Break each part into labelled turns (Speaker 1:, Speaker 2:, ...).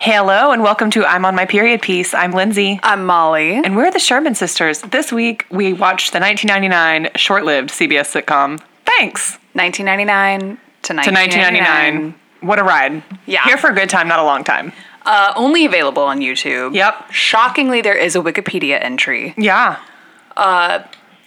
Speaker 1: hello, and welcome to I'm on my period piece. I'm Lindsay.
Speaker 2: I'm Molly.
Speaker 1: And we're the Sherman sisters. This week, we watched the 1999 short lived CBS sitcom, Thanks,
Speaker 2: 1999 to
Speaker 1: to 1999.
Speaker 2: 1999.
Speaker 1: What a ride.
Speaker 2: Yeah.
Speaker 1: Here for a good time, not a long time.
Speaker 2: Uh, only available on YouTube.
Speaker 1: Yep.
Speaker 2: Shockingly, there is a Wikipedia entry.
Speaker 1: Yeah.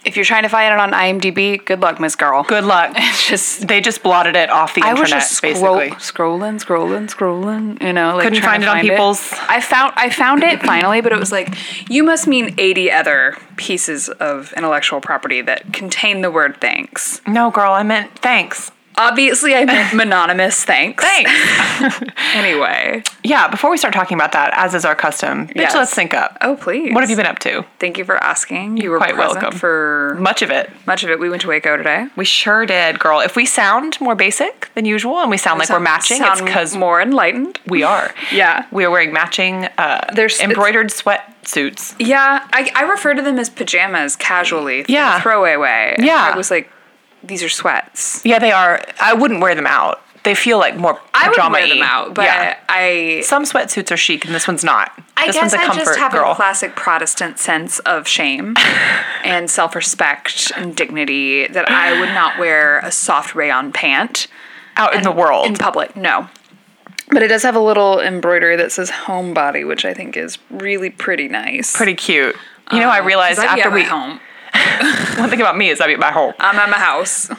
Speaker 2: If you're trying to find it on IMDb, good luck, Miss Girl.
Speaker 1: Good luck.
Speaker 2: It's just.
Speaker 1: they just blotted it off the
Speaker 2: I
Speaker 1: internet,
Speaker 2: was just scroll,
Speaker 1: basically.
Speaker 2: scrolling, scrolling, scrolling. You know, like
Speaker 1: Couldn't
Speaker 2: trying
Speaker 1: find
Speaker 2: to
Speaker 1: it on people's-
Speaker 2: I found I found it finally, but it was like you must mean eighty other pieces of intellectual property that contain the word thanks.
Speaker 1: No, girl, I meant thanks.
Speaker 2: Obviously, I meant mononymous thanks.
Speaker 1: Thanks.
Speaker 2: Anyway.
Speaker 1: yeah, before we start talking about that, as is our custom, bitch,
Speaker 2: Yes.
Speaker 1: let's sync up.
Speaker 2: Oh please.
Speaker 1: What have you been up to?
Speaker 2: Thank you for asking. You were
Speaker 1: quite
Speaker 2: present
Speaker 1: welcome.
Speaker 2: for
Speaker 1: Much of it.
Speaker 2: much of it. We went to Waco today.
Speaker 1: We sure did, girl. If we sound more basic than usual and we sound like
Speaker 2: Sound-
Speaker 1: we're matching, it's
Speaker 2: sound
Speaker 1: because
Speaker 2: more enlightened.
Speaker 1: we are.
Speaker 2: Yeah.
Speaker 1: We are wearing matching uh,
Speaker 2: There's- it's-
Speaker 1: embroidered sweatsuits.
Speaker 2: Yeah, I, I refer to them as pajamas casually. th-
Speaker 1: Yeah.
Speaker 2: throwaway way. And
Speaker 1: Yeah.
Speaker 2: I was like, these are sweats.
Speaker 1: Yeah, they are. I wouldn't wear them out. They feel like more
Speaker 2: I would
Speaker 1: pajama-y.
Speaker 2: wear them out, but
Speaker 1: Yeah.
Speaker 2: I.
Speaker 1: some sweatsuits are chic, and this one's not.
Speaker 2: I
Speaker 1: this
Speaker 2: guess
Speaker 1: one's a
Speaker 2: I
Speaker 1: comfort
Speaker 2: just have
Speaker 1: girl.
Speaker 2: a classic Protestant sense of shame and self-respect and dignity that I would not wear a soft rayon pant.
Speaker 1: out in the world.
Speaker 2: in public. No. But it does have a little embroidery that says homebody, which I think is really pretty nice.
Speaker 1: Pretty cute. You know, I realized
Speaker 2: Uh, I'd be
Speaker 1: after
Speaker 2: at my
Speaker 1: we.
Speaker 2: home. Uh.
Speaker 1: One thing about me is I be at my home.
Speaker 2: I'm at my house.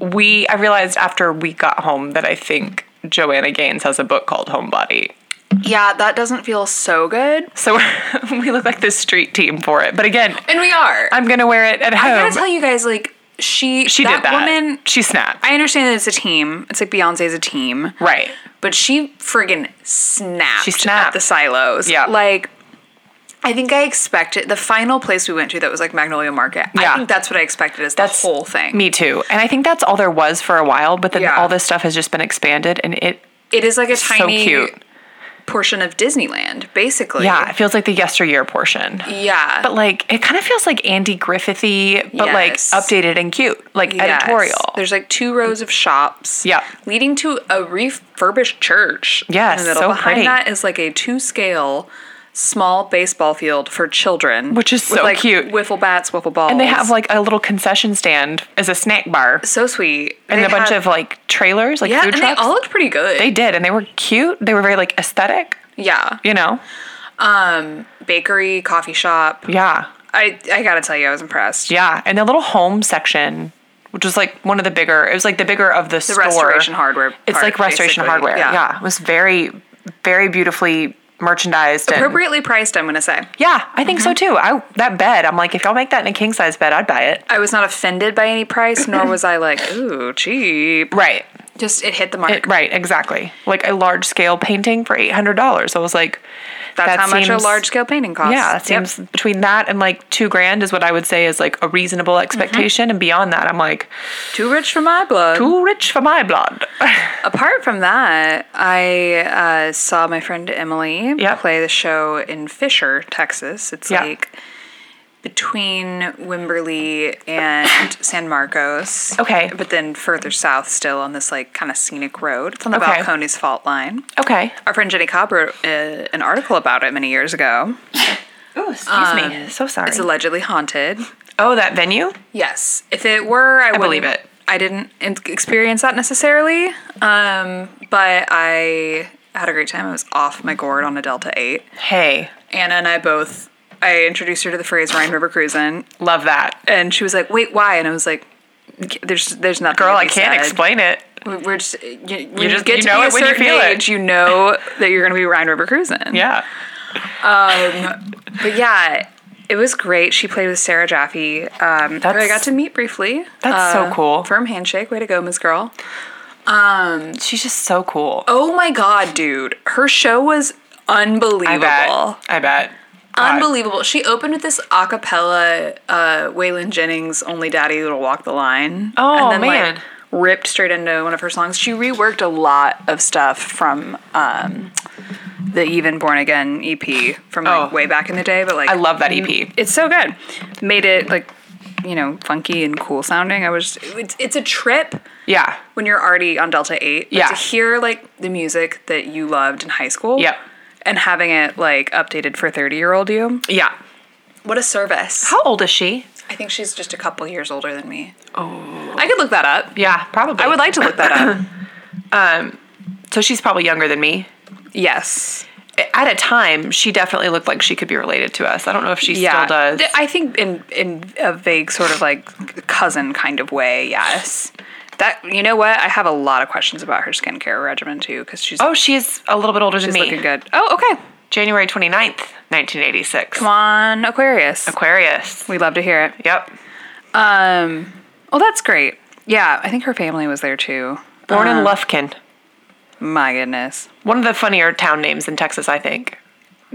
Speaker 1: We I realized after we got home that I think Joanna Gaines has a book called Homebody.
Speaker 2: yeah, that doesn't feel so good.
Speaker 1: So we're, we look like this street team for it. But again,
Speaker 2: And we are.
Speaker 1: I'm gonna wear it at home.
Speaker 2: I gotta tell you guys, like she
Speaker 1: she did that.
Speaker 2: woman.
Speaker 1: she snapped.
Speaker 2: I understand that it's a team. It's like Beyonce's a team,
Speaker 1: right.
Speaker 2: but she friggin' snapped.
Speaker 1: She snapped.
Speaker 2: at the silos.
Speaker 1: Yeah.
Speaker 2: like. I think I expected the final place we went to that was like Magnolia Market.
Speaker 1: Yeah.
Speaker 2: I think that's what I expected is the
Speaker 1: That's
Speaker 2: whole thing.
Speaker 1: Me too. And I think that's all there was for a while. But then
Speaker 2: Yeah.
Speaker 1: all this stuff has just been expanded, and it
Speaker 2: It is like a
Speaker 1: so
Speaker 2: tiny
Speaker 1: cute.
Speaker 2: portion of Disneyland, basically.
Speaker 1: Yeah, it feels like the yesteryear portion.
Speaker 2: Yeah.
Speaker 1: But like it kind of feels like Andy Griffithy, but
Speaker 2: Yes.
Speaker 1: like updated and cute, like
Speaker 2: Yes.
Speaker 1: editorial.
Speaker 2: There's like two rows of shops.
Speaker 1: Yeah.
Speaker 2: Leading to a refurbished church.
Speaker 1: Yes,
Speaker 2: In the middle.
Speaker 1: so
Speaker 2: Behind
Speaker 1: pretty.
Speaker 2: that is like a two scale small baseball field for children.
Speaker 1: Which is
Speaker 2: with,
Speaker 1: so
Speaker 2: like,
Speaker 1: cute.
Speaker 2: Wiffle bats, wiffle balls.
Speaker 1: And they have like a little concession stand as a snack bar
Speaker 2: so sweet.
Speaker 1: and
Speaker 2: They
Speaker 1: a bunch
Speaker 2: have-
Speaker 1: of like trailers, like
Speaker 2: Yeah,
Speaker 1: food
Speaker 2: and
Speaker 1: trucks.
Speaker 2: they all looked pretty good.
Speaker 1: They did, and they were cute. They were very like aesthetic,
Speaker 2: yeah.
Speaker 1: you know?
Speaker 2: Um bakery, coffee shop.
Speaker 1: Yeah.
Speaker 2: I I gotta tell you, I was impressed.
Speaker 1: Yeah. And the little home section, which was like one of the bigger, it was like the bigger of the,
Speaker 2: The
Speaker 1: store.
Speaker 2: restoration hardware.
Speaker 1: It's
Speaker 2: part,
Speaker 1: like restoration
Speaker 2: basically.
Speaker 1: hardware. Yeah. It was very, very beautifully merchandised. and-
Speaker 2: appropriately priced. I'm gonna say.
Speaker 1: Yeah, I think
Speaker 2: Mm-hmm.
Speaker 1: so too. I that bed. I'm like, if y'all make that in a king size bed, I'd buy it.
Speaker 2: I was not offended by any price, nor was I like, ooh, cheap.
Speaker 1: Right.
Speaker 2: Just it hit the mark.
Speaker 1: Right. Exactly. Like a large scale painting for eight hundred dollars. I was like,
Speaker 2: That's
Speaker 1: that
Speaker 2: how much a
Speaker 1: seems-
Speaker 2: large scale painting costs.
Speaker 1: yeah, it
Speaker 2: Yep.
Speaker 1: seems between that and like two grand is what I would say is like a
Speaker 2: Mm-hmm.
Speaker 1: reasonable expectation. And beyond that, I'm like,
Speaker 2: too rich for my blood.
Speaker 1: too rich for my blood.
Speaker 2: Apart from that, I uh, saw my friend Emily
Speaker 1: Yep.
Speaker 2: play the show in Fisher, Texas. It's
Speaker 1: Yeah.
Speaker 2: like between Wimberley and San Marcos.
Speaker 1: Okay.
Speaker 2: But then further south still on this like kind of scenic road. It's on the
Speaker 1: Okay.
Speaker 2: Balcones fault line.
Speaker 1: okay.
Speaker 2: Our friend Jenny Cobb wrote uh, an article about it many years ago.
Speaker 1: Oh, excuse me. So sorry.
Speaker 2: Um, It's allegedly haunted.
Speaker 1: oh, that venue.
Speaker 2: Yes. If it were, I, would
Speaker 1: believe it.
Speaker 2: I didn't in- experience that necessarily, um, but I had a great time. I was off my gourd on a Delta 8.
Speaker 1: Hey,
Speaker 2: Anna and I both, I introduced her to the phrase Rhine River Cruisin',
Speaker 1: love that
Speaker 2: and she was like, wait, why? And I was like, there's there's nothing.
Speaker 1: girl.
Speaker 2: to
Speaker 1: I
Speaker 2: be
Speaker 1: can't
Speaker 2: said.
Speaker 1: explain it.
Speaker 2: We- We're just you, when you
Speaker 1: just-
Speaker 2: get
Speaker 1: you
Speaker 2: to
Speaker 1: know
Speaker 2: be a
Speaker 1: it when you
Speaker 2: certain
Speaker 1: feel it.
Speaker 2: age, you know that you're going to be Rhine River Cruisin'.
Speaker 1: Yeah.
Speaker 2: But yeah, it was great. She played with Sarah Jaffe, um, who I
Speaker 1: That's-
Speaker 2: got to uh, meet briefly. Um,
Speaker 1: that's so cool.
Speaker 2: Firm handshake. Way to go, Miss Girl.
Speaker 1: She's just so cool.
Speaker 2: Oh my God, dude. Her show was
Speaker 1: I bet.
Speaker 2: unbelievable.
Speaker 1: I bet. God.
Speaker 2: Unbelievable. She opened with this a cappella uh, Waylon Jennings, Only Daddy That'll Walk the Line.
Speaker 1: Oh,
Speaker 2: and then, like,
Speaker 1: man.
Speaker 2: ripped straight into one of her songs. She reworked a lot of stuff from um, the Even Born Again EP from like,
Speaker 1: Oh.
Speaker 2: way back in the day, but like
Speaker 1: I love that E EP.
Speaker 2: it's so good. Made it like, you know, funky and cool sounding. I was it's, it's a trip
Speaker 1: Yeah.
Speaker 2: when you're already on Delta 8. but
Speaker 1: Yeah.
Speaker 2: To hear like the music that you loved in high school.
Speaker 1: Yep.
Speaker 2: and having it like updated for 30 year old you.
Speaker 1: Yeah.
Speaker 2: What a service.
Speaker 1: How old is she?
Speaker 2: I think she's just a couple years older than me. Oh. I could look that up.
Speaker 1: Yeah, probably.
Speaker 2: I would like to look that up.
Speaker 1: So she's probably younger than me.
Speaker 2: yes.
Speaker 1: At a time, she definitely looked like she could be related to us. I don't know if she still
Speaker 2: Yeah.
Speaker 1: does.
Speaker 2: Th- I think in in a vague sort of like cousin kind of way, yes. That you know what? I have a lot of questions about her skincare regimen too cuz she's
Speaker 1: oh, she's a little bit older than
Speaker 2: she's
Speaker 1: me.
Speaker 2: looking good. Oh, okay.
Speaker 1: January 29th, 1986.
Speaker 2: Come on, Aquarius.
Speaker 1: Aquarius.
Speaker 2: We love to hear it.
Speaker 1: Yep.
Speaker 2: Um, well, that's great. Yeah, I think her family was there too.
Speaker 1: Born
Speaker 2: Um,
Speaker 1: in Lufkin.
Speaker 2: My goodness.
Speaker 1: One of the funnier town names in Texas, I think.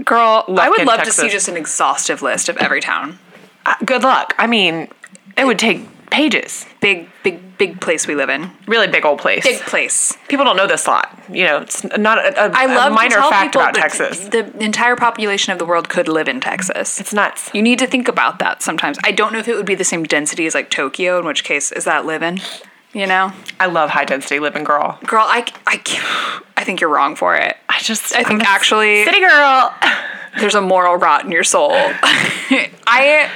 Speaker 2: Girl, I would
Speaker 1: Lufkin,
Speaker 2: love to
Speaker 1: Texas.
Speaker 2: see just an exhaustive list of every town.
Speaker 1: Uh, good luck. I mean, it would take pages.
Speaker 2: Big, big, big place we live in.
Speaker 1: Really big old place.
Speaker 2: Big place.
Speaker 1: People don't know this lot. You know, it's not a, a,
Speaker 2: I
Speaker 1: a
Speaker 2: love to
Speaker 1: minor
Speaker 2: tell
Speaker 1: fact
Speaker 2: people
Speaker 1: about
Speaker 2: that
Speaker 1: Texas.
Speaker 2: The, the entire population of the world could live in Texas.
Speaker 1: It's nuts.
Speaker 2: you need to think about that sometimes. I don't know if it would be the same density as like Tokyo, in which case, is that living? You know?
Speaker 1: I love high density living girl.
Speaker 2: Girl, I, c- I, c- I think you're wrong for it.
Speaker 1: I just,
Speaker 2: I think
Speaker 1: I'm a
Speaker 2: actually.
Speaker 1: City girl.
Speaker 2: there's a moral rot in your soul. I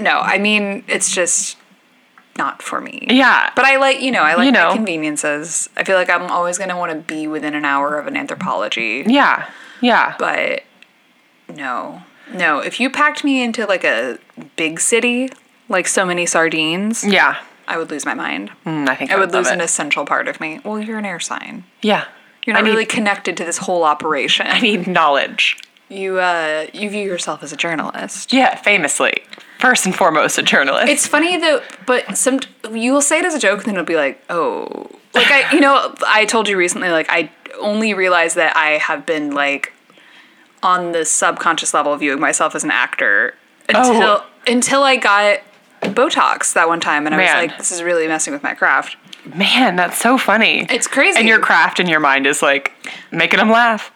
Speaker 2: no, I mean it's just not for me.
Speaker 1: Yeah.
Speaker 2: But I like, you know, I like
Speaker 1: You
Speaker 2: my
Speaker 1: know.
Speaker 2: conveniences. I feel like I'm always going to want to be within an hour of an anthropology.
Speaker 1: Yeah. Yeah.
Speaker 2: But no. No, if you packed me into like a big city, like so many sardines,
Speaker 1: yeah.
Speaker 2: I would lose my mind.
Speaker 1: Mm, I think
Speaker 2: I would lose
Speaker 1: love
Speaker 2: an
Speaker 1: it.
Speaker 2: essential part of me. Well, you're an air sign.
Speaker 1: Yeah.
Speaker 2: You're not
Speaker 1: I need,
Speaker 2: really connected to this whole operation.
Speaker 1: I need knowledge.
Speaker 2: You uh you view yourself as a journalist.
Speaker 1: Yeah, famously. First and foremost, a journalist.
Speaker 2: It's funny though, but some you will say it as a joke, and then it'll be like, oh, like I, you know, I told you recently, like I only realized that I have been like on the subconscious level viewing myself as an actor until
Speaker 1: Oh.
Speaker 2: until I got Botox that one time, and I
Speaker 1: Man.
Speaker 2: was like, this is really messing with my craft.
Speaker 1: Man, that's so funny.
Speaker 2: It's crazy.
Speaker 1: And your craft in your mind is like making them laugh.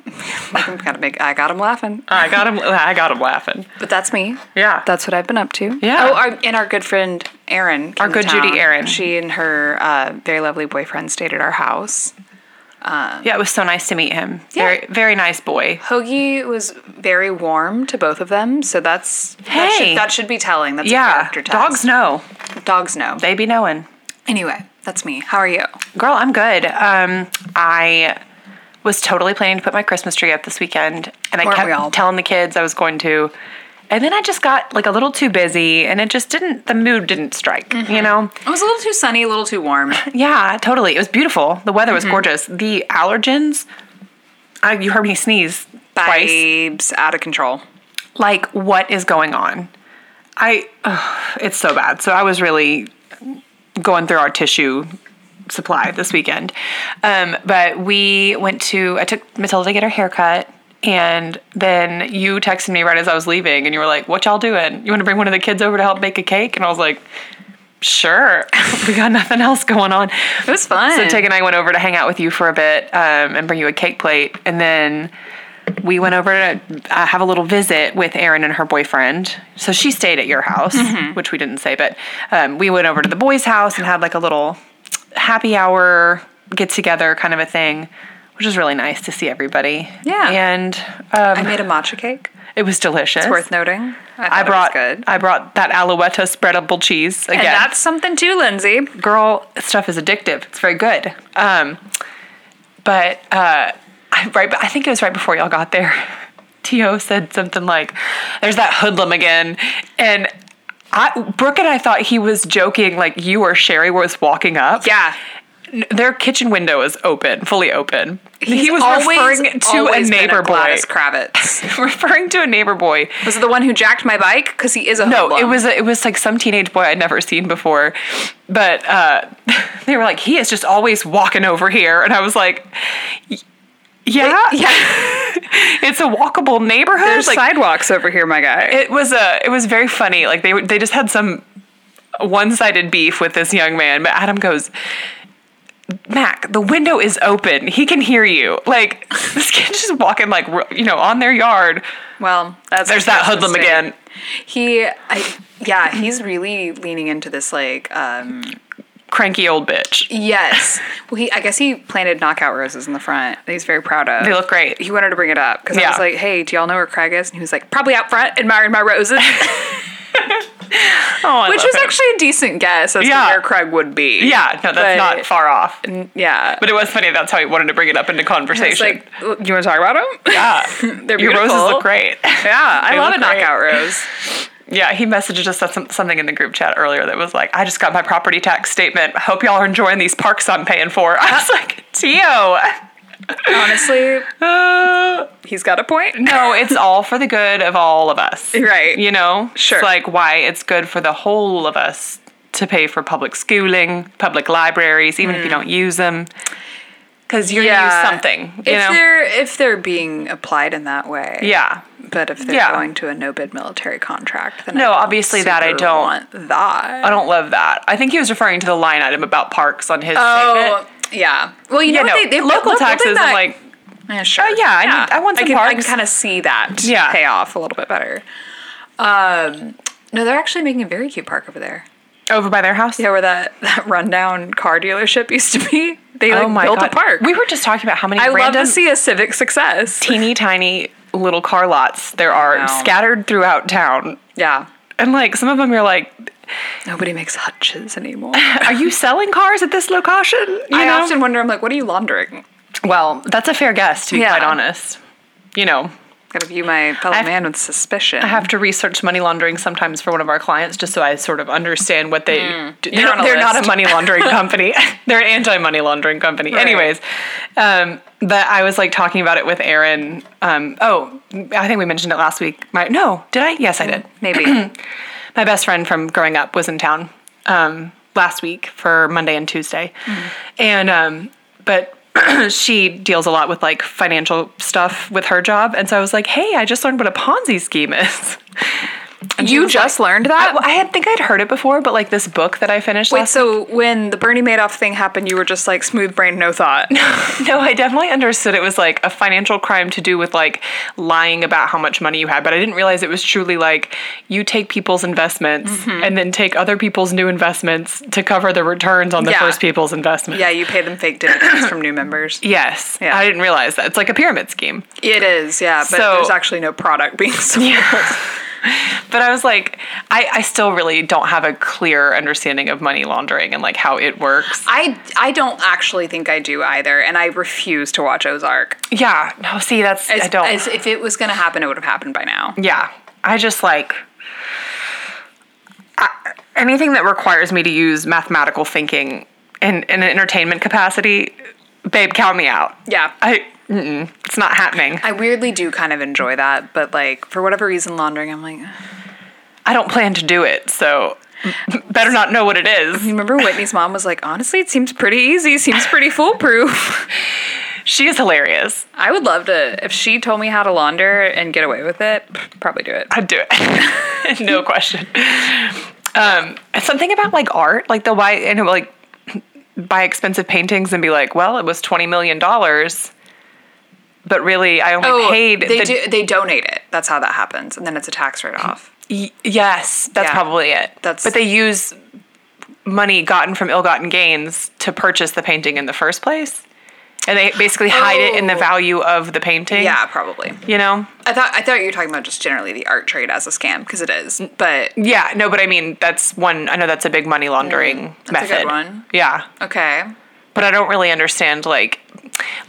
Speaker 2: I'm gonna make I got him laughing,
Speaker 1: I got him. I got him laughing.
Speaker 2: but that's me.
Speaker 1: Yeah.
Speaker 2: That's what I've been up to.
Speaker 1: Yeah.
Speaker 2: Oh, our, and our good friend Erin.
Speaker 1: Our good Judy Erin.
Speaker 2: She and her uh, very lovely boyfriend stayed at our house.
Speaker 1: yeah. It was so nice to meet him.
Speaker 2: Yeah.
Speaker 1: Very, very nice boy.
Speaker 2: Hoagie was very warm to both of them, so that's that,
Speaker 1: Hey.
Speaker 2: should, that should be telling. That's a
Speaker 1: Yeah.
Speaker 2: character test.
Speaker 1: Dogs know.
Speaker 2: dogs know.
Speaker 1: They be knowing.
Speaker 2: anyway, that's me. How are you?
Speaker 1: Girl, I'm good. Um, I was totally planning to put my Christmas tree up this weekend, and I
Speaker 2: Weren't we all?
Speaker 1: kept telling the kids I was going to. And then I just got like a little too busy, and it just didn't. The mood didn't strike, you know.
Speaker 2: It was a little too sunny, a little too warm.
Speaker 1: Yeah, totally. It was beautiful. The weather was gorgeous. The allergens, I, you heard me sneeze twice.
Speaker 2: Vibes out of control.
Speaker 1: Like, what is going on? I, ugh, it's so bad. So I was really going through our tissue supply this weekend. Um, but we went to, I took Matilda to get her haircut. And then you texted me right as I was leaving, and you were like, What y'all doing? You want to bring one of the kids over to help bake a cake? And I was like, Sure. we got nothing else going on.
Speaker 2: It was fun.
Speaker 1: So Tig and I went over to hang out with you for a bit um, and bring you a cake plate, and then we went over to uh, have a little visit with Erin and her boyfriend. So she stayed at your house,
Speaker 2: Mm-hmm.
Speaker 1: which we didn't say, but um, we went over to the boys' house and had like a little happy hour get together kind of a thing, which was really nice to see everybody.
Speaker 2: Yeah.
Speaker 1: and
Speaker 2: I
Speaker 1: um,
Speaker 2: made a matcha cake.
Speaker 1: it was delicious.
Speaker 2: Worth noting. I,
Speaker 1: I
Speaker 2: thought it was
Speaker 1: brought
Speaker 2: good.
Speaker 1: I brought that Alouetta spreadable cheese again
Speaker 2: and that's something too, Lindsay.
Speaker 1: girl stuff is addictive. It's very good. Um, but uh, I, right, I think it was right before y'all got there. To said something like, "There's that hoodlum again," and I, Brooke and I thought he was joking, like you or Sherry was walking up.
Speaker 2: Yeah.
Speaker 1: N- their kitchen window is open, fully open. he
Speaker 2: He's
Speaker 1: was
Speaker 2: always-
Speaker 1: referring to a
Speaker 2: always been
Speaker 1: neighbor boy,
Speaker 2: Gladys Kravitz.
Speaker 1: referring to a neighbor boy
Speaker 2: was it the one who jacked my bike? Because he is a
Speaker 1: no,
Speaker 2: hoodlum.
Speaker 1: it was it was like some teenage boy I'd never seen before, but uh, they were like, he is just always walking over here, and I was like, "Y- yeah,
Speaker 2: yeah.
Speaker 1: it's a walkable neighborhood.
Speaker 2: There's
Speaker 1: like,
Speaker 2: sidewalks over here, my guy.
Speaker 1: it was a it was very funny. Like they they just had some one sided beef with this young man, but Adam goes. Mac, the window is open. He can hear you. Like this kid's just walking, like ro- you know, on their yard.
Speaker 2: Well, that's
Speaker 1: There's that hoodlum again.
Speaker 2: He, I, yeah, he's really leaning into this like um,
Speaker 1: cranky old bitch.
Speaker 2: Yes. Well, he I guess he planted knockout roses in the front. that He's very proud of.
Speaker 1: They look great.
Speaker 2: He wanted to bring it up because I
Speaker 1: Yeah.
Speaker 2: was like, "Hey, do y'all know where Craig is?" And he was like, "Probably out front admiring my roses,"
Speaker 1: Oh, I
Speaker 2: which
Speaker 1: love
Speaker 2: was
Speaker 1: him.
Speaker 2: actually a decent guess as
Speaker 1: Yeah.
Speaker 2: to where Craig would be.
Speaker 1: yeah. No, that's
Speaker 2: But-
Speaker 1: not far off.
Speaker 2: Yeah.
Speaker 1: But it was funny. That's how he wanted to bring it up into conversation.
Speaker 2: it's like, "Well, do you want to talk about them?
Speaker 1: yeah,
Speaker 2: They're
Speaker 1: your roses
Speaker 2: beautiful.
Speaker 1: look great.
Speaker 2: Yeah, I
Speaker 1: They
Speaker 2: love
Speaker 1: look
Speaker 2: a knockout rose.
Speaker 1: Yeah, he messaged us some- something in the group chat earlier that was like, "I just got my property tax statement. I hope y'all are enjoying these parks I'm paying for." I was like, "Tio,
Speaker 2: Honestly,
Speaker 1: uh,
Speaker 2: he's got a point.
Speaker 1: no, it's all for the good of all of us,
Speaker 2: Right.
Speaker 1: You know,
Speaker 2: Sure.
Speaker 1: It's like why it's good for the whole of us to pay for public schooling, public libraries, even if
Speaker 2: Mm.
Speaker 1: you don't use them, because you're gonna use something. You
Speaker 2: if
Speaker 1: know,
Speaker 2: they're if they're being applied in that way.
Speaker 1: yeah.
Speaker 2: But if they're
Speaker 1: Yeah.
Speaker 2: going to a no bid military contract, then I
Speaker 1: No,
Speaker 2: don't
Speaker 1: obviously that I
Speaker 2: super
Speaker 1: don't.
Speaker 2: want that.
Speaker 1: I don't love that. I think he was referring to the line item about parks on his
Speaker 2: Oh,
Speaker 1: statement.
Speaker 2: yeah. Well, you
Speaker 1: Yeah,
Speaker 2: know
Speaker 1: no,
Speaker 2: what they, they
Speaker 1: local taxes
Speaker 2: that,
Speaker 1: and like uh,
Speaker 2: yeah, sure.
Speaker 1: yeah, I need- I want some
Speaker 2: can, I can
Speaker 1: parks.
Speaker 2: kind of see that
Speaker 1: Yeah.
Speaker 2: pay off a little bit better. Um, no, they're actually making a very cute park over there.
Speaker 1: over by their house.
Speaker 2: Yeah, where that, that rundown car dealership used to be. They like built a park.
Speaker 1: Oh We were just talking about how many
Speaker 2: I would love
Speaker 1: random
Speaker 2: to see a civic success.
Speaker 1: teeny tiny little car lots there are
Speaker 2: know.
Speaker 1: scattered throughout town.
Speaker 2: Yeah.
Speaker 1: And like some of them you're like,
Speaker 2: Nobody makes hutches anymore.
Speaker 1: are you selling cars at this location? You
Speaker 2: I
Speaker 1: know?
Speaker 2: often wonder, I'm like, what are you laundering?
Speaker 1: well, that's a fair guess to be
Speaker 2: Yeah.
Speaker 1: quite honest. You know,
Speaker 2: Gotta view my fellow
Speaker 1: I've-
Speaker 2: man with suspicion.
Speaker 1: I have to research money laundering sometimes for one of our clients just so I sort of understand what they do.
Speaker 2: Mm-hmm. You're
Speaker 1: They're,
Speaker 2: on a
Speaker 1: they're not a
Speaker 2: list.
Speaker 1: money laundering company. they're an anti-money laundering company.
Speaker 2: Right.
Speaker 1: Anyways, um, but I was like talking about it with Aaron. Um, oh, I think we mentioned it last week. My, no, did I? Yes, I did.
Speaker 2: Mm-hmm. Maybe.
Speaker 1: My best friend from growing up was in town um, last week for Monday and Tuesday,
Speaker 2: Mm-hmm.
Speaker 1: and um, but. she deals a lot with like financial stuff with her job. And so I was like, hey, I just learned what a Ponzi scheme is.
Speaker 2: you just learned that?
Speaker 1: I, well, I had think I'd heard it before, but like this book that I finished.
Speaker 2: Wait,
Speaker 1: last-
Speaker 2: so when the Bernie Madoff thing happened, you were just like smooth brain, no thought.
Speaker 1: no, I definitely understood it was like a financial crime to do with like lying about how much money you had, but I didn't realize it was truly like you take people's investments and then take other people's new investments to cover the returns on the
Speaker 2: Yeah.
Speaker 1: first people's investment.
Speaker 2: yeah, you pay them fake dividends from new members.
Speaker 1: Yes,
Speaker 2: Yeah.
Speaker 1: I didn't realize that. It's like a pyramid scheme.
Speaker 2: It is, yeah, but
Speaker 1: So-
Speaker 2: there's actually no product being sold.
Speaker 1: But I was like, I, I still really don't have a clear understanding of money laundering and like how it works.
Speaker 2: I I don't actually think I do either, and I refuse to watch Ozark.
Speaker 1: Yeah, no, see, that's, I
Speaker 2: As-
Speaker 1: don't.
Speaker 2: as if it was going to happen, it would have happened by now.
Speaker 1: Yeah. I just like I, anything that requires me to use mathematical thinking in, in an entertainment capacity, babe, count me out.
Speaker 2: Yeah.
Speaker 1: I, mm-mm, it's not happening.
Speaker 2: I weirdly do kind of enjoy that, but like for whatever reason, laundering, I'm like, "Ugh."
Speaker 1: I don't plan to do it, so better not know what it is.
Speaker 2: remember Whitney's mom was like, honestly, it seems pretty easy, seems pretty foolproof.
Speaker 1: She is hilarious.
Speaker 2: I would love to, if she told me how to launder and get away with it, probably do it.
Speaker 1: I'd do it. no question. Um, and something about like art, like the why, and like buy expensive paintings and be like, well, it was $20 million, but really I only paid
Speaker 2: Oh, They
Speaker 1: the
Speaker 2: do. They donate it. That's how that happens, and then it's a tax write off.
Speaker 1: Y- yes, that's
Speaker 2: Yeah.
Speaker 1: probably it.
Speaker 2: That's-
Speaker 1: but they use money gotten from ill-gotten gains to purchase the painting in the first place, and they basically hide it in the
Speaker 2: Oh.
Speaker 1: value of the painting.
Speaker 2: Yeah, probably.
Speaker 1: you know.
Speaker 2: I thought I thought you were talking about just generally the art trade as a scam because it is,
Speaker 1: Mm.
Speaker 2: but
Speaker 1: Yeah, no, but I mean that's one. I know that's a big money laundering
Speaker 2: Mm, that's a
Speaker 1: method.
Speaker 2: good one.
Speaker 1: Yeah,
Speaker 2: okay.
Speaker 1: but I don't really understand like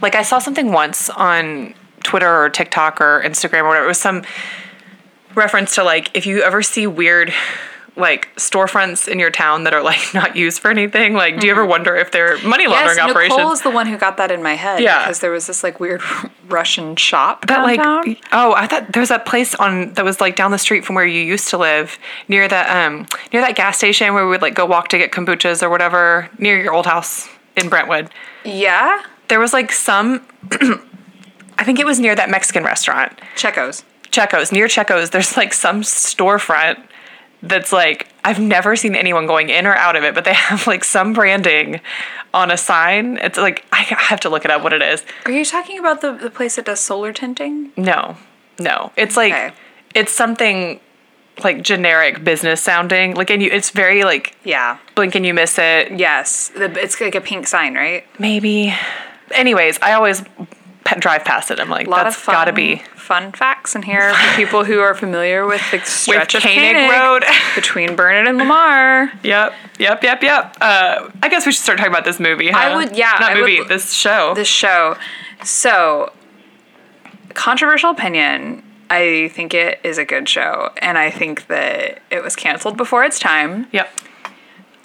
Speaker 1: like I saw something once on Twitter or TikTok or Instagram or whatever. It was some reference to like if you ever see weird like storefronts in your town that are like not used for anything, like do you ever wonder if they're money laundering
Speaker 2: Yes, Nicole
Speaker 1: operations?
Speaker 2: is the one who got that in my head.
Speaker 1: Yeah.
Speaker 2: because there was this like weird Russian shop
Speaker 1: That like
Speaker 2: downtown.
Speaker 1: oh I thought there was that place on that was like down the street from where you used to live near the um near that gas station where we would like go walk to get kombuchas or whatever near your old house in Brentwood.
Speaker 2: yeah,
Speaker 1: there was like some I think it was near that Mexican restaurant.
Speaker 2: Checos.
Speaker 1: Checo's, near Checo's, there's like some storefront that's like I've never seen anyone going in or out of it, but they have like some branding on a sign. It's like I have to look it up what it is.
Speaker 2: Are you talking about the the place that does solar tinting?
Speaker 1: No. No. It's like
Speaker 2: Okay.
Speaker 1: it's something like generic business sounding. Like and you it's very like
Speaker 2: Yeah.
Speaker 1: blink and you miss it.
Speaker 2: Yes. The, it's like a pink sign, right?
Speaker 1: Maybe. Anyways, I always pe- drive past it. I'm like
Speaker 2: A lot
Speaker 1: that's
Speaker 2: of fun,
Speaker 1: got to be
Speaker 2: fun facts in here for people who are familiar with the stretch of
Speaker 1: Koenig
Speaker 2: Koenig,
Speaker 1: Road.
Speaker 2: between Bernard and Lamar.
Speaker 1: Yep, yep, yep, yep. Uh, I guess we should start talking about this movie.
Speaker 2: I
Speaker 1: huh?
Speaker 2: would- yeah,
Speaker 1: not
Speaker 2: I
Speaker 1: movie.
Speaker 2: would-
Speaker 1: this show.
Speaker 2: This show. So, controversial opinion. I think it is a good show, and I think that it was canceled before its time.
Speaker 1: yep.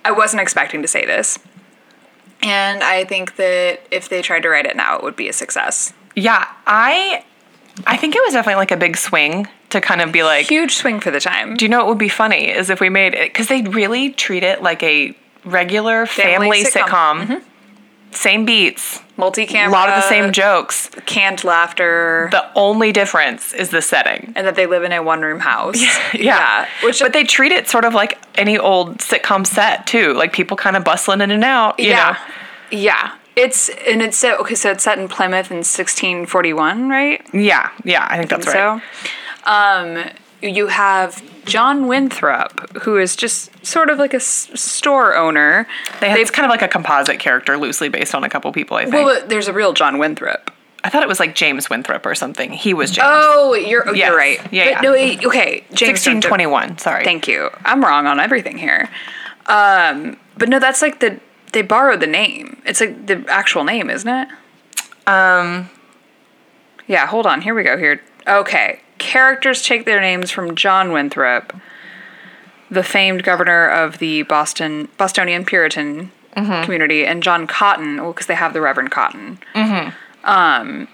Speaker 2: I wasn't expecting to say this. And I think that if they tried to write it now, it would be a success.
Speaker 1: Yeah, I, I think it was definitely like a big swing to kind of be like,
Speaker 2: Huge swing for the time.
Speaker 1: do you know what would be funny is if we made it because they really treat it like a regular family,
Speaker 2: Family
Speaker 1: sitcom.
Speaker 2: sitcom. Mm-hmm.
Speaker 1: Same beats,
Speaker 2: Multi
Speaker 1: a
Speaker 2: camera.
Speaker 1: lot of the same jokes.
Speaker 2: uh, canned laughter.
Speaker 1: The only difference is the setting.
Speaker 2: and that they live in a one room house. Yeah. Which,
Speaker 1: but they treat it sort of like any old sitcom set too, like people kind of bustling in and out. You
Speaker 2: yeah.
Speaker 1: know?
Speaker 2: Yeah. It's, and it's, set- okay, so it's set in Plymouth in 1641, right?
Speaker 1: Yeah, yeah, I think that's right.
Speaker 2: So, um, you have John Winthrop, who is just sort of like a s- store owner.
Speaker 1: They have, it's kind of like a composite character, loosely based on a couple people. I think.
Speaker 2: Well, but there's a real John Winthrop.
Speaker 1: I thought it was like James Winthrop or something. He was James.
Speaker 2: Oh, you're oh,
Speaker 1: Yes.
Speaker 2: you're right.
Speaker 1: Yeah,
Speaker 2: But
Speaker 1: yeah.
Speaker 2: No, it- okay. James
Speaker 1: Sixteen
Speaker 2: Winthrop.
Speaker 1: twenty-one. Sorry.
Speaker 2: Thank you. I'm wrong on everything here. Um, but no, that's like the they borrowed the name. It's like the actual name, isn't it?
Speaker 1: Um,
Speaker 2: Yeah. Hold on. Here we go. Here. Okay. Characters take their names from John Winthrop, the famed governor of the Boston Bostonian Puritan
Speaker 1: Mm-hmm.
Speaker 2: community, and John Cotton. Well, because they have the Reverend Cotton. Mm-hmm. Um,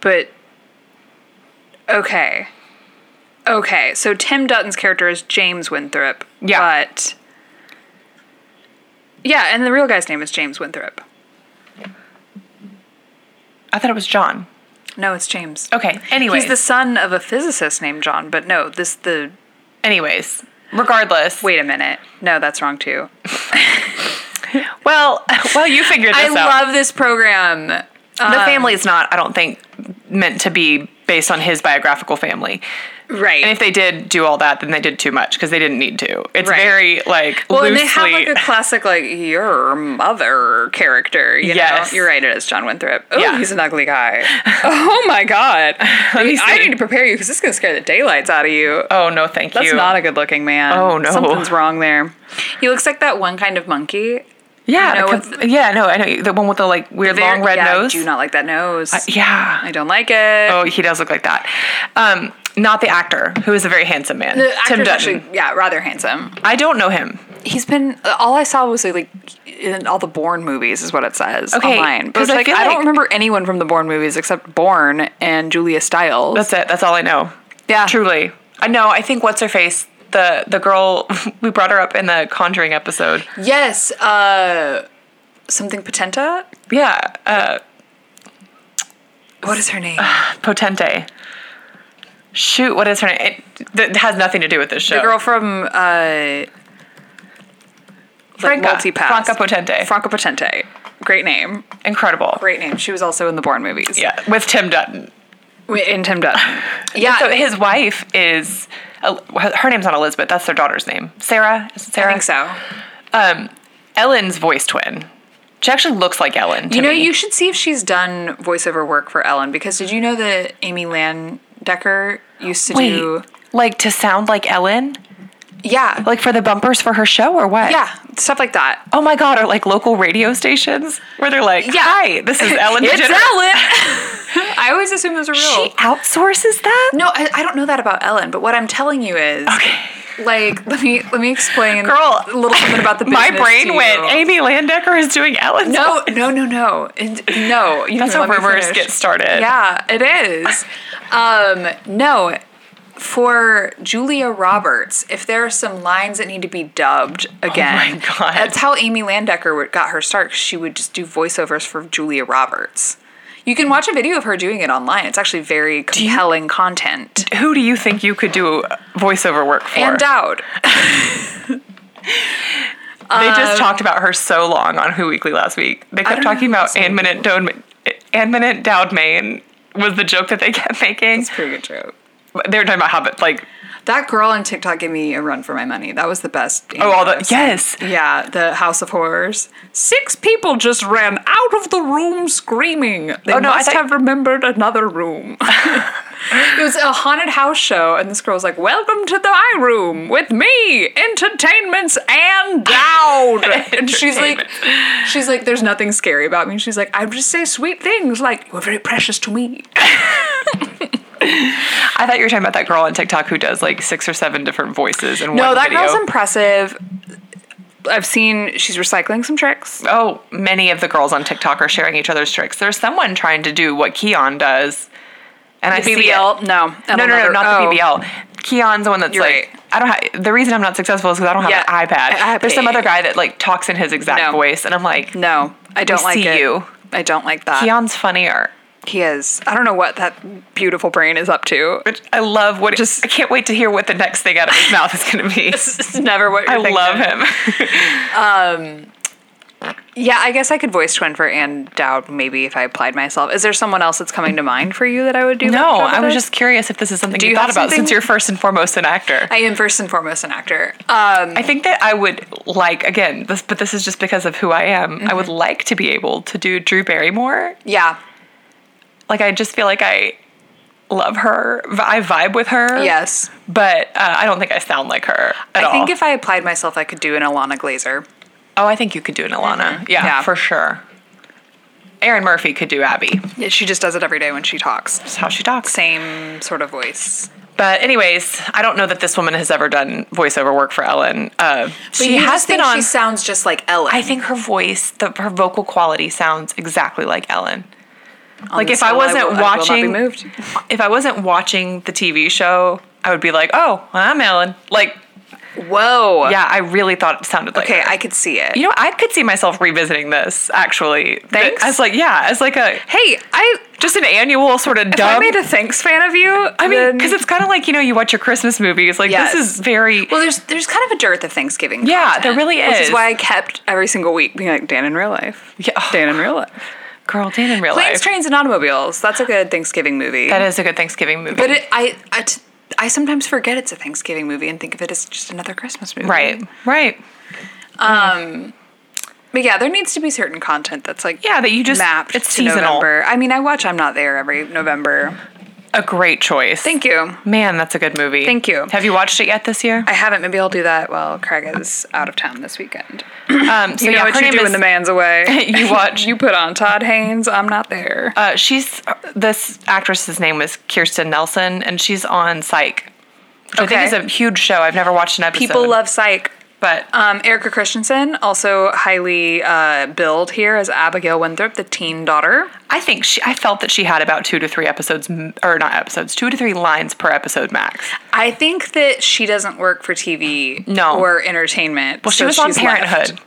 Speaker 2: but okay. Okay, so Tim Dutton's character is James Winthrop.
Speaker 1: Yeah.
Speaker 2: But Yeah, and the real guy's name is James Winthrop.
Speaker 1: I thought it was John.
Speaker 2: No, it's James.
Speaker 1: Okay. Oh, Anyways.
Speaker 2: He's the son of a physicist named John, but no, this the
Speaker 1: anyways. Regardless.
Speaker 2: wait a minute. No, that's wrong too.
Speaker 1: Well, well, you figured
Speaker 2: I
Speaker 1: this out.
Speaker 2: love um, this program.
Speaker 1: the family is not, I don't think, meant to be based on his biographical family.
Speaker 2: Right.
Speaker 1: And if they did do all that, then they did too much because they didn't need to. It's
Speaker 2: Right.
Speaker 1: very like
Speaker 2: well, and
Speaker 1: loosely.
Speaker 2: they have like a classic like your mother character. You
Speaker 1: Yes.
Speaker 2: know, you're right. It is John Winthrop. Oh,
Speaker 1: Yeah.
Speaker 2: he's an ugly guy. oh my god.
Speaker 1: me
Speaker 2: I
Speaker 1: see.
Speaker 2: need to prepare you because this is gonna scare the daylights out of you.
Speaker 1: oh no, thank
Speaker 2: That's
Speaker 1: you.
Speaker 2: not a good looking man.
Speaker 1: Oh, no.
Speaker 2: Something's wrong there. He looks like that one kind of monkey.
Speaker 1: yeah,
Speaker 2: you know,
Speaker 1: the com- yeah, no, I know the one with the like weird long red
Speaker 2: Very- yeah,
Speaker 1: nose.
Speaker 2: I do not like that nose. I,
Speaker 1: yeah,
Speaker 2: don't like it.
Speaker 1: Oh, he does look like that. Um, not the actor, who is a very handsome man.
Speaker 2: the actor's
Speaker 1: Tim Dutton.
Speaker 2: actually, yeah, rather handsome.
Speaker 1: I don't know him.
Speaker 2: He's been all I saw was like in all the Bourne movies is what it says
Speaker 1: Okay,
Speaker 2: online. But
Speaker 1: 'cause
Speaker 2: it's
Speaker 1: I
Speaker 2: like
Speaker 1: feel
Speaker 2: I
Speaker 1: like-
Speaker 2: don't remember anyone from the Bourne movies except Bourne and Julia Stiles.
Speaker 1: That's it. That's all I know.
Speaker 2: Yeah.
Speaker 1: Truly. I know. I think what's her face? The the girl we brought her up in the Conjuring episode.
Speaker 2: yes, uh, something Potenta.
Speaker 1: Yeah, uh,
Speaker 2: What is her name?
Speaker 1: Potente. Shoot, what is her name? It, that has nothing to do with this show.
Speaker 2: the girl from uh, like
Speaker 1: Franca,
Speaker 2: Multipass.
Speaker 1: Franca Potente.
Speaker 2: Franca Potente. Great name.
Speaker 1: Incredible.
Speaker 2: Great name. She was also in the Bourne movies.
Speaker 1: Yeah, with Tim Dutton.
Speaker 2: Wi- In Tim Dutton. yeah.
Speaker 1: So his wife is El- her name's not Elizabeth. That's their daughter's name. Sarah. Is it Sarah?
Speaker 2: I think so.
Speaker 1: Um, Ellen's voice twin. She actually looks like Ellen. To
Speaker 2: You know,
Speaker 1: me.
Speaker 2: you should see if she's done voiceover work for Ellen because did you know that Amy Landecker used to
Speaker 1: wait,
Speaker 2: do
Speaker 1: like to sound like Ellen,
Speaker 2: yeah,
Speaker 1: like for the bumpers for her show or what?
Speaker 2: yeah, stuff like that.
Speaker 1: Oh my God, or like local radio stations where they're like,
Speaker 2: Yeah.
Speaker 1: "Hi, this is Ellen
Speaker 2: It's
Speaker 1: DeGeneres."
Speaker 2: Ellen. I always assume those are real.
Speaker 1: She outsources that.
Speaker 2: no, I, I don't know that about Ellen, but what I'm telling you is
Speaker 1: Okay.
Speaker 2: like let me let me explain
Speaker 1: Girl,
Speaker 2: a little something about the
Speaker 1: My
Speaker 2: business to
Speaker 1: brain
Speaker 2: you.
Speaker 1: went. Amy Landecker is doing Ellen's.
Speaker 2: No, no, no, no, and, no. You
Speaker 1: that's
Speaker 2: didn't
Speaker 1: how
Speaker 2: let me
Speaker 1: rumors
Speaker 2: finish.
Speaker 1: get started.
Speaker 2: Yeah, it is. Um, no, for Julia Roberts, if there are some lines that need to be dubbed again,
Speaker 1: Oh my God.
Speaker 2: that's how Amy Landecker would- got her start. She would just do voiceovers for Julia Roberts. You can watch a video of her doing it online. It's actually very compelling content.
Speaker 1: Who do you think you could do voiceover work for?
Speaker 2: And Dowd.
Speaker 1: they just talked about her so long on Who Weekly last week. They kept
Speaker 2: don't know
Speaker 1: talking
Speaker 2: who
Speaker 1: about
Speaker 2: this
Speaker 1: Ann Minute Dowd. Ann Minute Dowd Main was the joke that they kept making.
Speaker 2: It's a pretty good joke.
Speaker 1: they were talking about how but like
Speaker 2: That girl on TikTok gave me a run for my money. That was the best.
Speaker 1: Oh, all the
Speaker 2: Ambrose.
Speaker 1: yes.
Speaker 2: Yeah, the House of Horrors. Six people just ran out of the room screaming. They
Speaker 1: Oh, no, I
Speaker 2: must
Speaker 1: thought-
Speaker 2: have remembered another room. it was a haunted house show, and this girl was like, "Welcome to the my room with me, entertainments and Dowd." and she's like, "She's like, there's nothing scary about me." And she's like, "I just say sweet things, like you're very precious to me."
Speaker 1: I thought you were talking about that girl on TikTok who does like six or seven different voices in
Speaker 2: No,
Speaker 1: one
Speaker 2: that
Speaker 1: video.
Speaker 2: girl's impressive. I've seen she's recycling some tricks.
Speaker 1: oh, many of the girls on TikTok are sharing each other's tricks. There's someone trying to do what Keon does, and I see it.
Speaker 2: BBL, no,
Speaker 1: No, no, no, not
Speaker 2: Oh.
Speaker 1: the BBL. Keon's the one that's
Speaker 2: You're
Speaker 1: like,
Speaker 2: right.
Speaker 1: I don't have. The reason I'm not successful is because I don't have
Speaker 2: Yeah,
Speaker 1: an iPad.
Speaker 2: I- I-
Speaker 1: There's some other guy that like talks in his exact
Speaker 2: No.
Speaker 1: voice, and I'm like,
Speaker 2: No, I don't
Speaker 1: We
Speaker 2: like
Speaker 1: see
Speaker 2: it.
Speaker 1: you.
Speaker 2: I don't like that.
Speaker 1: Keon's funnier.
Speaker 2: He is. I don't know what that beautiful brain is up to.
Speaker 1: Which I love. What
Speaker 2: Just-
Speaker 1: I can't wait to hear what the next thing out of his mouth is going to be.
Speaker 2: This is never what you're
Speaker 1: I
Speaker 2: thinking.
Speaker 1: love him.
Speaker 2: Yeah, I guess I could voice twin for Anne Dowd maybe if I applied myself. Is there someone else that's coming to mind for you that I would do? that
Speaker 1: No,
Speaker 2: job
Speaker 1: I was
Speaker 2: with?
Speaker 1: just curious if this is something you,
Speaker 2: you
Speaker 1: thought
Speaker 2: have
Speaker 1: about
Speaker 2: something?
Speaker 1: since you're first and foremost an actor. I,
Speaker 2: I am first and foremost an actor. Um,
Speaker 1: think that I would like again this, but this is just because of who I am. I
Speaker 2: Mm-hmm.
Speaker 1: would like to be able to do Drew Barrymore.
Speaker 2: yeah.
Speaker 1: Like I just feel like I love her. V- I vibe with her.
Speaker 2: Yes.
Speaker 1: but uh, I don't think I sound like her at
Speaker 2: I
Speaker 1: all.
Speaker 2: think if I applied myself, I could do an Alana Glazer.
Speaker 1: oh, I think you could do an Alana. Yeah,
Speaker 2: Mm-hmm. Yeah.
Speaker 1: for sure. Erin Murphy could do Abby.
Speaker 2: Yeah, She just does it every day when she talks.
Speaker 1: That's how she talks.
Speaker 2: Same sort of voice.
Speaker 1: But anyways, I don't know that this woman has ever done voiceover work for Ellen. Uh, she
Speaker 2: you
Speaker 1: has
Speaker 2: just
Speaker 1: been
Speaker 2: think
Speaker 1: on.
Speaker 2: She sounds just like Ellen.
Speaker 1: I think her voice, the, her vocal quality sounds exactly like Ellen. like if
Speaker 2: So
Speaker 1: I wasn't
Speaker 2: will- I will not be
Speaker 1: watching,
Speaker 2: moved.
Speaker 1: if I wasn't watching the TV show, I would be like, "Oh, well, I'm Ellen." Like,
Speaker 2: Whoa.
Speaker 1: yeah, I really thought it sounded like.
Speaker 2: Okay,
Speaker 1: her.
Speaker 2: I could see it.
Speaker 1: you know, I could see myself revisiting this actually.
Speaker 2: Thanks.
Speaker 1: As like, yeah, as like a
Speaker 2: Hey, I
Speaker 1: just an annual sort of
Speaker 2: if I
Speaker 1: dub.
Speaker 2: made a thanks fan of you.
Speaker 1: I mean, because
Speaker 2: it's
Speaker 1: it's kind of like you know, you watch your Christmas movies. Like
Speaker 2: Yes.
Speaker 1: this is very.
Speaker 2: well, there's there's kind of a dearth of Thanksgiving.
Speaker 1: yeah,
Speaker 2: content,
Speaker 1: there really is.
Speaker 2: Which is why I kept every single week being like Dan in real life.
Speaker 1: Yeah.
Speaker 2: Dan in real life.
Speaker 1: girl, Dan in real
Speaker 2: Planes,
Speaker 1: life.
Speaker 2: trains, and automobiles. That's a good Thanksgiving movie.
Speaker 1: that is a good Thanksgiving movie.
Speaker 2: but it, I I t- I sometimes forget it's a Thanksgiving movie and think of it as just another Christmas movie.
Speaker 1: right, right.
Speaker 2: But yeah, there needs to be certain content that's like
Speaker 1: Yeah, that you just
Speaker 2: mapped
Speaker 1: It's
Speaker 2: to
Speaker 1: seasonal.
Speaker 2: November. I mean, I watch I'm Not There every November.
Speaker 1: A great choice.
Speaker 2: Thank you.
Speaker 1: Man, that's a good movie.
Speaker 2: Thank you.
Speaker 1: Have you watched it yet this year?
Speaker 2: I haven't. Maybe I'll do that while Craig is out of town this weekend.
Speaker 1: Um, so
Speaker 2: You
Speaker 1: yeah,
Speaker 2: know
Speaker 1: her
Speaker 2: what you
Speaker 1: name
Speaker 2: do
Speaker 1: is-
Speaker 2: when the man's away.
Speaker 1: You watch.
Speaker 2: you put on Todd Haynes. I'm not there.
Speaker 1: Uh, she's this actress's name was Kirsten Nelson, and she's on Psych. Which I
Speaker 2: Okay.
Speaker 1: think is a huge show. I've never watched an episode.
Speaker 2: People love Psych.
Speaker 1: but
Speaker 2: Um, Erica Christensen, also highly uh, billed here as Abigail Winthrop, the teen daughter.
Speaker 1: I think she. I felt that she had about two to three episodes, m- or not episodes, two to three lines per episode max.
Speaker 2: I think that she doesn't work for TV
Speaker 1: No.
Speaker 2: or entertainment.
Speaker 1: Well, she was on Parenthood.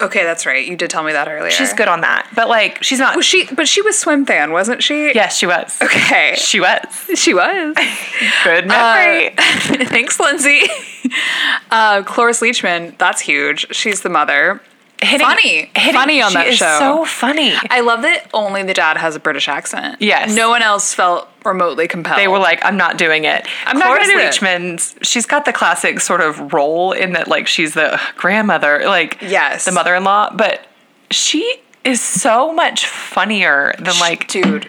Speaker 2: Okay, that's right. You did tell me that earlier.
Speaker 1: She's good on that, but like she's not.
Speaker 2: Was she? But she was swim fan, wasn't she?
Speaker 1: yes, she was.
Speaker 2: Okay. Uh,
Speaker 1: she was.
Speaker 2: She was.
Speaker 1: Good memory.
Speaker 2: Thanks, Lindsay. Uh, Cloris Leachman, that's huge. She's the mother.
Speaker 1: Hitting-
Speaker 2: funny.
Speaker 1: hitting-
Speaker 2: Funny on
Speaker 1: she
Speaker 2: that
Speaker 1: is
Speaker 2: show.
Speaker 1: So funny.
Speaker 2: I love that only the dad has a British accent.
Speaker 1: Yes.
Speaker 2: No one else felt remotely compelled.
Speaker 1: they were like, "I'm not doing it." I'm
Speaker 2: not
Speaker 1: Clara
Speaker 2: gonna do it.
Speaker 1: Leachman's. She's got the classic sort of role in that, like she's the grandmother, like
Speaker 2: Yes.
Speaker 1: the mother-in-law. But she is so much funnier than like,
Speaker 2: dude.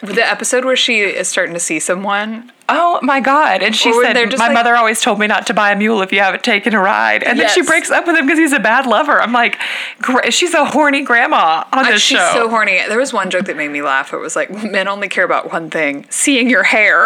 Speaker 2: The episode where she is starting to see someone.
Speaker 1: "Oh my god!" And she
Speaker 2: Or
Speaker 1: said,
Speaker 2: they're just
Speaker 1: "My
Speaker 2: like-
Speaker 1: mother always told me not to buy a mule if you haven't taken a ride." And then she
Speaker 2: Yes.
Speaker 1: breaks up with him because he's a bad lover. I'm like, gra- she's a horny grandma on this
Speaker 2: She's
Speaker 1: show.
Speaker 2: so horny. There was one joke that made me laugh. It was like, men only care about one thing seeing your hair.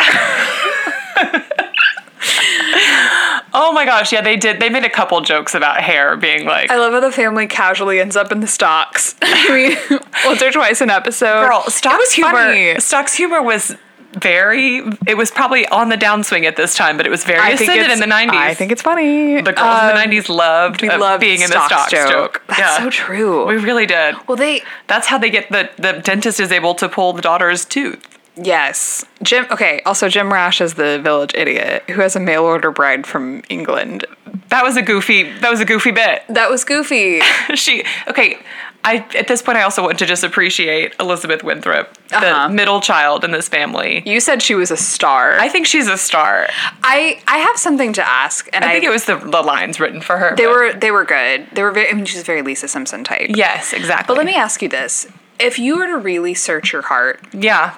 Speaker 1: oh my gosh! Yeah, they did. They made a couple jokes about hair being like.
Speaker 2: I love how the family casually ends up in the stocks. I mean, once or twice an episode.
Speaker 1: Girl,
Speaker 2: It
Speaker 1: Stock's
Speaker 2: was
Speaker 1: humor.
Speaker 2: funny.
Speaker 1: Stock's humor was very. It was probably on the downswing at this time, but it was very
Speaker 2: I think
Speaker 1: ascended
Speaker 2: it's-
Speaker 1: in the nineties.
Speaker 2: I think it's funny. Uh,
Speaker 1: the girls in the nineties loved,
Speaker 2: we
Speaker 1: uh,
Speaker 2: loved
Speaker 1: being in the
Speaker 2: Stock's
Speaker 1: Stock's joke.
Speaker 2: joke. That's so true.
Speaker 1: We really did.
Speaker 2: Well, they
Speaker 1: That's how they get the the dentist is able to pull the daughter's tooth.
Speaker 2: yes, Jim. Okay, also Jim Rash is the village idiot who has a mail order bride from England.
Speaker 1: That was a goofy. That was a goofy bit.
Speaker 2: That was goofy.
Speaker 1: she okay. I at this point I also want to just appreciate Elizabeth Winthrop,
Speaker 2: Uh-huh.
Speaker 1: the middle child in this family.
Speaker 2: You said she was a star.
Speaker 1: I think she's a star.
Speaker 2: I I have something to ask, and I,
Speaker 1: I think it was the, the lines written for her.
Speaker 2: they
Speaker 1: but-
Speaker 2: were they were good. They were very. I mean, she's a very Lisa Simpson type.
Speaker 1: yes, exactly.
Speaker 2: But let me ask you this: If you were to really search your heart,
Speaker 1: yeah,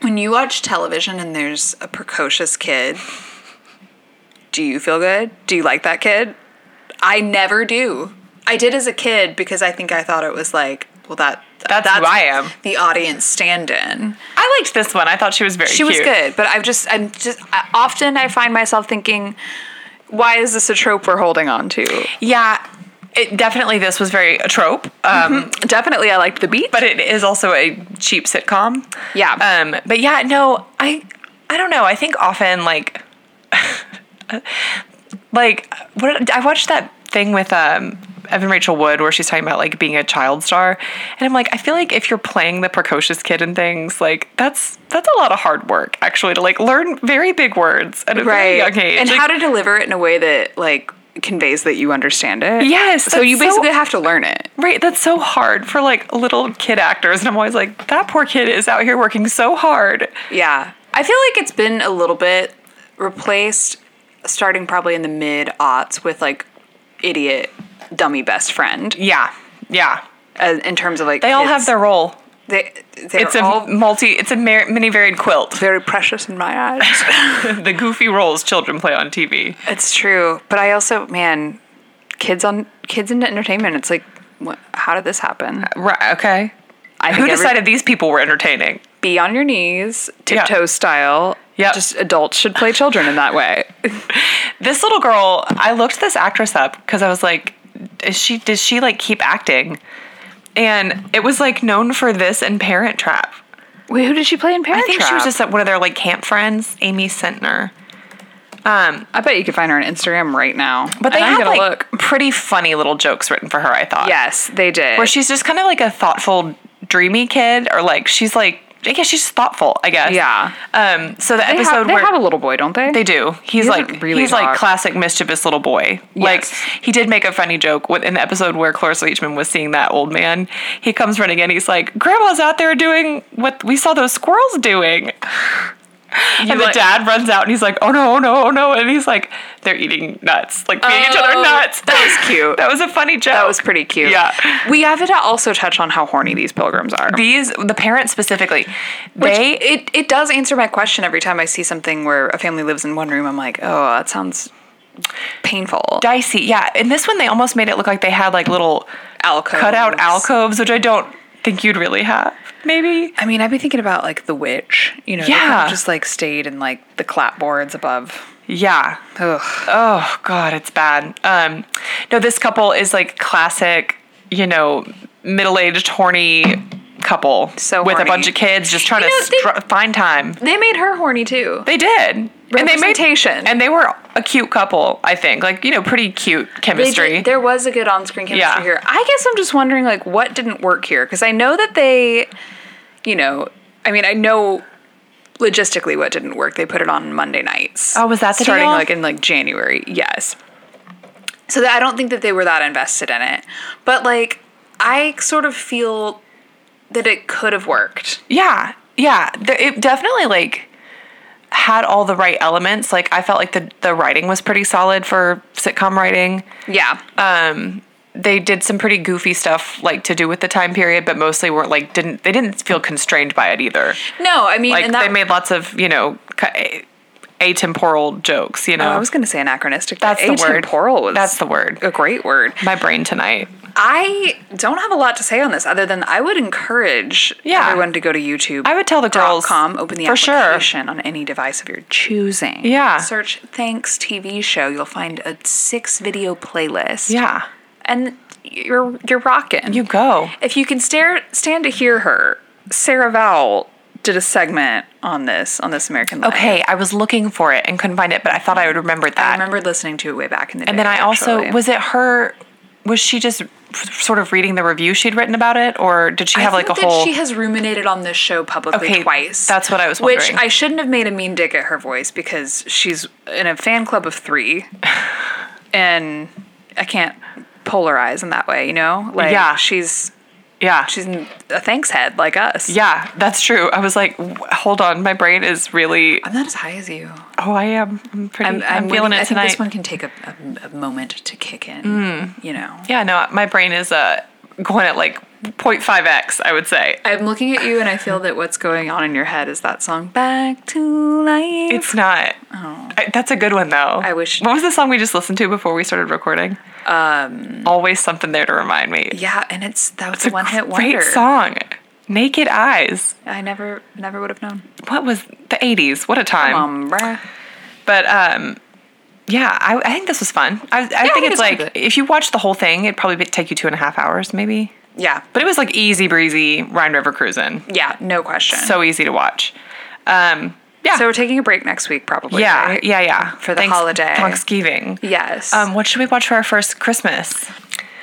Speaker 2: when you watch television and there's a precocious kid, do you feel good? Do you like that kid? I never do. I did as a kid because I think I thought it was like, well, that
Speaker 1: That's who I am.
Speaker 2: The audience stand-in.
Speaker 1: I liked this one. I thought she was very.
Speaker 2: She was
Speaker 1: cute.
Speaker 2: good, but I've just, I'm just, I, often I find myself thinking, why is this a trope we're holding on to?
Speaker 1: Yeah, it definitely this was very a trope,
Speaker 2: Mm-hmm.
Speaker 1: um,
Speaker 2: Definitely, I liked the beat,
Speaker 1: but it is also a cheap sitcom.
Speaker 2: Yeah.
Speaker 1: Um, but yeah, no, I I don't know. I think often like like what I watched that thing with um Evan Rachel Wood where she's talking about like being a child star and I'm like I feel like if you're playing the precocious kid and things like that's that's a lot of hard work actually to like learn very big words at a very young age
Speaker 2: and
Speaker 1: Like,
Speaker 2: how to deliver it in a way that like conveys that you understand it.
Speaker 1: Yes,
Speaker 2: So you
Speaker 1: that's so-
Speaker 2: basically have to learn it.
Speaker 1: Right, that's so hard for like little kid actors, and I'm always like, that poor kid is out here working so hard.
Speaker 2: Yeah. I feel like it's been a little bit replaced starting probably in the mid aughts with like idiot dummy best friend
Speaker 1: Yeah, yeah.
Speaker 2: uh, in terms of like
Speaker 1: They all have their role.
Speaker 2: they, they're
Speaker 1: It's a
Speaker 2: all
Speaker 1: multi. It's a mar- many varied quilt.
Speaker 2: very precious in my eyes.
Speaker 1: the goofy roles children play on TV.
Speaker 2: it's true, but I also man kids on kids in entertainment it's like what, how did this happen?
Speaker 1: Right. Okay.
Speaker 2: I
Speaker 1: Who
Speaker 2: think every-
Speaker 1: decided these people were entertaining?
Speaker 2: be on your knees,
Speaker 1: Yeah.
Speaker 2: tiptoe style.
Speaker 1: Yep.
Speaker 2: Just adults should play children in that way.
Speaker 1: This little girl. I looked this actress up because I was like, is she? Does she like keep acting? And it was like known for this and Parent Trap.
Speaker 2: Wait, who did she play in Parent
Speaker 1: I think she was just at one of their like camp friends, Amy Sentner.
Speaker 2: I bet you could find her on Instagram right now.
Speaker 1: But they
Speaker 2: And I'm
Speaker 1: had like
Speaker 2: gonna look.
Speaker 1: pretty funny little jokes written for her. I thought.
Speaker 2: Yes, they did.
Speaker 1: Where she's just kind of like a thoughtful, dreamy kid, or like she's like, I guess she's just thoughtful. I guess.
Speaker 2: Yeah.
Speaker 1: Um. So the
Speaker 2: they
Speaker 1: episode
Speaker 2: have, they
Speaker 1: where
Speaker 2: have a little boy, don't they?
Speaker 1: they do, he's
Speaker 2: He doesn't
Speaker 1: like
Speaker 2: really
Speaker 1: he's like
Speaker 2: talk.
Speaker 1: classic mischievous little boy. Like
Speaker 2: Yes.
Speaker 1: he did make a funny joke with in the episode where Cloris Leachman was seeing that old man. He comes running in. He's like, "Grandma's out there doing what we saw those squirrels doing." and the
Speaker 2: like-
Speaker 1: dad runs out and he's like, "Oh no, oh no, oh no!" And he's like, "They're eating nuts, like feeding each other
Speaker 2: Oh,
Speaker 1: nuts."
Speaker 2: That was cute.
Speaker 1: That was a funny joke.
Speaker 2: That was pretty cute.
Speaker 1: Yeah.
Speaker 2: We have to also touch on how horny these pilgrims are.
Speaker 1: These the parents specifically,
Speaker 2: Which
Speaker 1: they
Speaker 2: it, it does answer my question every time I see something where a family lives in one room. I'm like, oh, that sounds painful.
Speaker 1: dicey. Yeah, in this one they almost made it look like they had like little
Speaker 2: Alcoves.
Speaker 1: cut out alcoves, which I don't think you'd really have. Maybe
Speaker 2: I mean, I'd be thinking about like the witch, you know, they
Speaker 1: Yeah.
Speaker 2: kinda just like stayed in like the clapboards above.
Speaker 1: yeah.
Speaker 2: Ugh.
Speaker 1: Oh god, it's bad. Um, no, this couple is like classic, you know, middle aged horny couple
Speaker 2: So
Speaker 1: with
Speaker 2: horny.
Speaker 1: a bunch of kids just trying
Speaker 2: You know,
Speaker 1: to str- find time.
Speaker 2: They made her horny too.
Speaker 1: They did. And they made
Speaker 2: Representation.
Speaker 1: and they were a cute couple, I think. Like, you know, pretty cute chemistry.
Speaker 2: did- there was a good on-screen chemistry
Speaker 1: Yeah.
Speaker 2: here. I guess I'm just wondering like what didn't work here because I know that they, you know, I mean I know logistically what didn't work. They put it on Monday nights.
Speaker 1: Oh, was that the
Speaker 2: starting
Speaker 1: deal?
Speaker 2: like in like January? Yes. So that, I don't think that they were that invested in it, but like I sort of feel that it could have worked.
Speaker 1: Yeah, yeah. The, it definitely like had all the right elements. Like I felt like the the writing was pretty solid for sitcom writing.
Speaker 2: Yeah.
Speaker 1: Uh, They did some pretty goofy stuff like to do with the time period, but mostly weren't like didn't they didn't feel constrained by it either.
Speaker 2: no, I mean,
Speaker 1: Like
Speaker 2: and that,
Speaker 1: they made lots of you know ki- atemporal jokes. You know,
Speaker 2: I was going to say anachronistic. but
Speaker 1: that's the word.
Speaker 2: Atemporal was
Speaker 1: That's the word.
Speaker 2: a great word.
Speaker 1: My brain tonight.
Speaker 2: I don't have a lot to say on this other than I would encourage
Speaker 1: Yeah.
Speaker 2: everyone to go to YouTube.
Speaker 1: I would tell the girls
Speaker 2: com, open the
Speaker 1: for sure.
Speaker 2: application on any device of your choosing.
Speaker 1: Yeah.
Speaker 2: Search Thanks TV show. You'll find a six video playlist.
Speaker 1: Yeah,
Speaker 2: And you're you're rocking.
Speaker 1: you go.
Speaker 2: if you can stare stand to hear her, Sarah Vowell did a segment on this on this American Life.
Speaker 1: Okay, I was looking for it and couldn't find it, but I thought I would remember that.
Speaker 2: I remembered listening to it way back in the day.
Speaker 1: And then I also
Speaker 2: actually.
Speaker 1: was it her was she just sort of reading the review she'd written about it or did she
Speaker 2: I
Speaker 1: have like a
Speaker 2: think
Speaker 1: whole
Speaker 2: that she has ruminated on this show publicly
Speaker 1: Okay,
Speaker 2: twice.
Speaker 1: that's what I was
Speaker 2: Which
Speaker 1: wondering.
Speaker 2: I shouldn't have made a mean dig at her voice because she's in a fan club of three, and I can't polarize in that way. You know, like
Speaker 1: Yeah.
Speaker 2: she's
Speaker 1: Yeah.
Speaker 2: She's in a thanks head like us.
Speaker 1: Yeah, that's true. I was like, w- hold on, my brain is really.
Speaker 2: I'm not as high as you.
Speaker 1: Oh, I am. I'm pretty. I'm, feeling it
Speaker 2: waiting- I think
Speaker 1: tonight. Mm.
Speaker 2: this one can take a, a, a moment to kick in. You know,
Speaker 1: yeah, no, my brain is uh, going at like 0.5x, I would say.
Speaker 2: I'm looking at you and I feel that what's going on in your head is that song "Back to Life."
Speaker 1: It's not. Oh. I, that's a good one, though.
Speaker 2: I wish-
Speaker 1: What was the song we just listened to before we started recording? Um. Always something there to remind me.
Speaker 2: yeah, and it's that was a one hit
Speaker 1: Great
Speaker 2: wonder.
Speaker 1: song. Naked Eyes.
Speaker 2: I never never would have known.
Speaker 1: What was the 80s? What a time.
Speaker 2: Um, bruh.
Speaker 1: But um, yeah, I, I think this was fun. I, I think,
Speaker 2: think
Speaker 1: it's
Speaker 2: it's fun.
Speaker 1: like if you watch the whole thing, it'd probably be- take you two and a half hours, maybe.
Speaker 2: yeah,
Speaker 1: But it was like easy breezy Rhine River cruising.
Speaker 2: yeah, no question. So,
Speaker 1: So easy to watch. Um, yeah.
Speaker 2: we're taking a break next week, probably.
Speaker 1: yeah,
Speaker 2: right?
Speaker 1: yeah, yeah.
Speaker 2: For the holiday.
Speaker 1: Thanksgiving.
Speaker 2: Yes.
Speaker 1: Um, what should we watch for our first Christmas?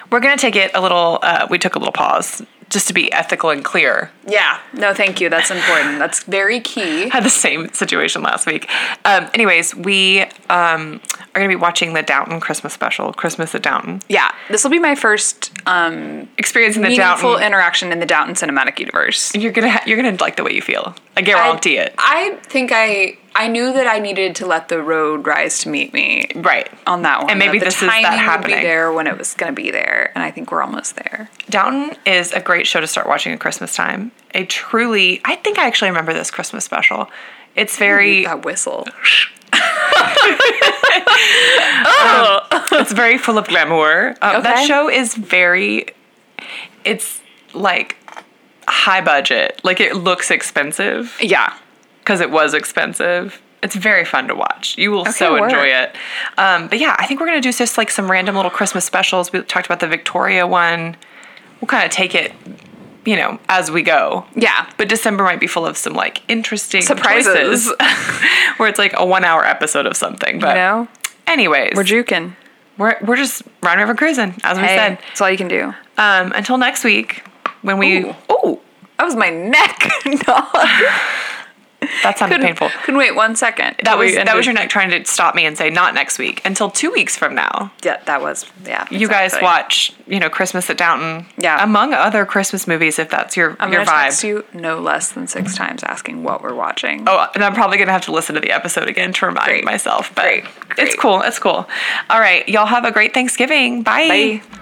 Speaker 1: We're gonna take it a little. Uh, we took a little pause just to be ethical and clear.
Speaker 2: yeah. No, thank you. That's important. That's very key.
Speaker 1: had the same situation last week. Um, anyways, we um, are going to be watching the Downton Christmas special, Christmas at Downton.
Speaker 2: Yeah, this will be my first um,
Speaker 1: Experiencing the
Speaker 2: meaningful
Speaker 1: Downton.
Speaker 2: interaction in the Downton cinematic universe.
Speaker 1: you're gonna ha- you're gonna like the way you feel. I guarantee it.
Speaker 2: I think I I knew that I needed to let the road rise to meet me
Speaker 1: Right.
Speaker 2: on that one.
Speaker 1: And maybe
Speaker 2: that
Speaker 1: this is that
Speaker 2: timing would
Speaker 1: happening.
Speaker 2: Be there when it was going to be there, and I think we're almost there.
Speaker 1: Downton is a great show to start watching at Christmas time. A truly, I think I actually remember this Christmas special. It's very
Speaker 2: That whistle.
Speaker 1: it's very full of glamour. Um, That
Speaker 2: Okay.
Speaker 1: show is very, it's like high budget. Like it looks expensive.
Speaker 2: Yeah.
Speaker 1: because it was expensive. It's very fun to watch. You will so
Speaker 2: word.
Speaker 1: enjoy it. Um, but yeah, I think we're gonna do just like some random little Christmas specials. We talked about the Victoria one. We'll kind of take it, you know, as we go.
Speaker 2: Yeah.
Speaker 1: But December might be full of some like interesting
Speaker 2: Surprises.
Speaker 1: choices, where it's like a one-hour episode of something. But
Speaker 2: You know,
Speaker 1: anyways,
Speaker 2: we're
Speaker 1: we're,
Speaker 2: juking.
Speaker 1: we're just round river cruising, as we
Speaker 2: Hey,
Speaker 1: said.
Speaker 2: that's all you can do.
Speaker 1: Um, until next week, when we
Speaker 2: Ooh.
Speaker 1: oh,
Speaker 2: That was my neck. no,
Speaker 1: that sounded painful.
Speaker 2: Couldn't wait one second.
Speaker 1: That was that was your neck trying to stop me and say not next week until two weeks from now.
Speaker 2: Yeah, that was yeah.
Speaker 1: you guys
Speaker 2: exactly.
Speaker 1: watch, you know, Christmas at Downton.
Speaker 2: Yeah.
Speaker 1: Among other Christmas movies, if that's your
Speaker 2: I'm
Speaker 1: your
Speaker 2: gonna
Speaker 1: vibe.
Speaker 2: text you no less than six times asking what we're watching.
Speaker 1: Oh, and I'm probably gonna have to listen to the episode again to remind
Speaker 2: Great.
Speaker 1: myself. But
Speaker 2: Great.
Speaker 1: it's
Speaker 2: Great.
Speaker 1: cool. It's cool. All right, y'all have a great Thanksgiving. Bye.
Speaker 2: Bye.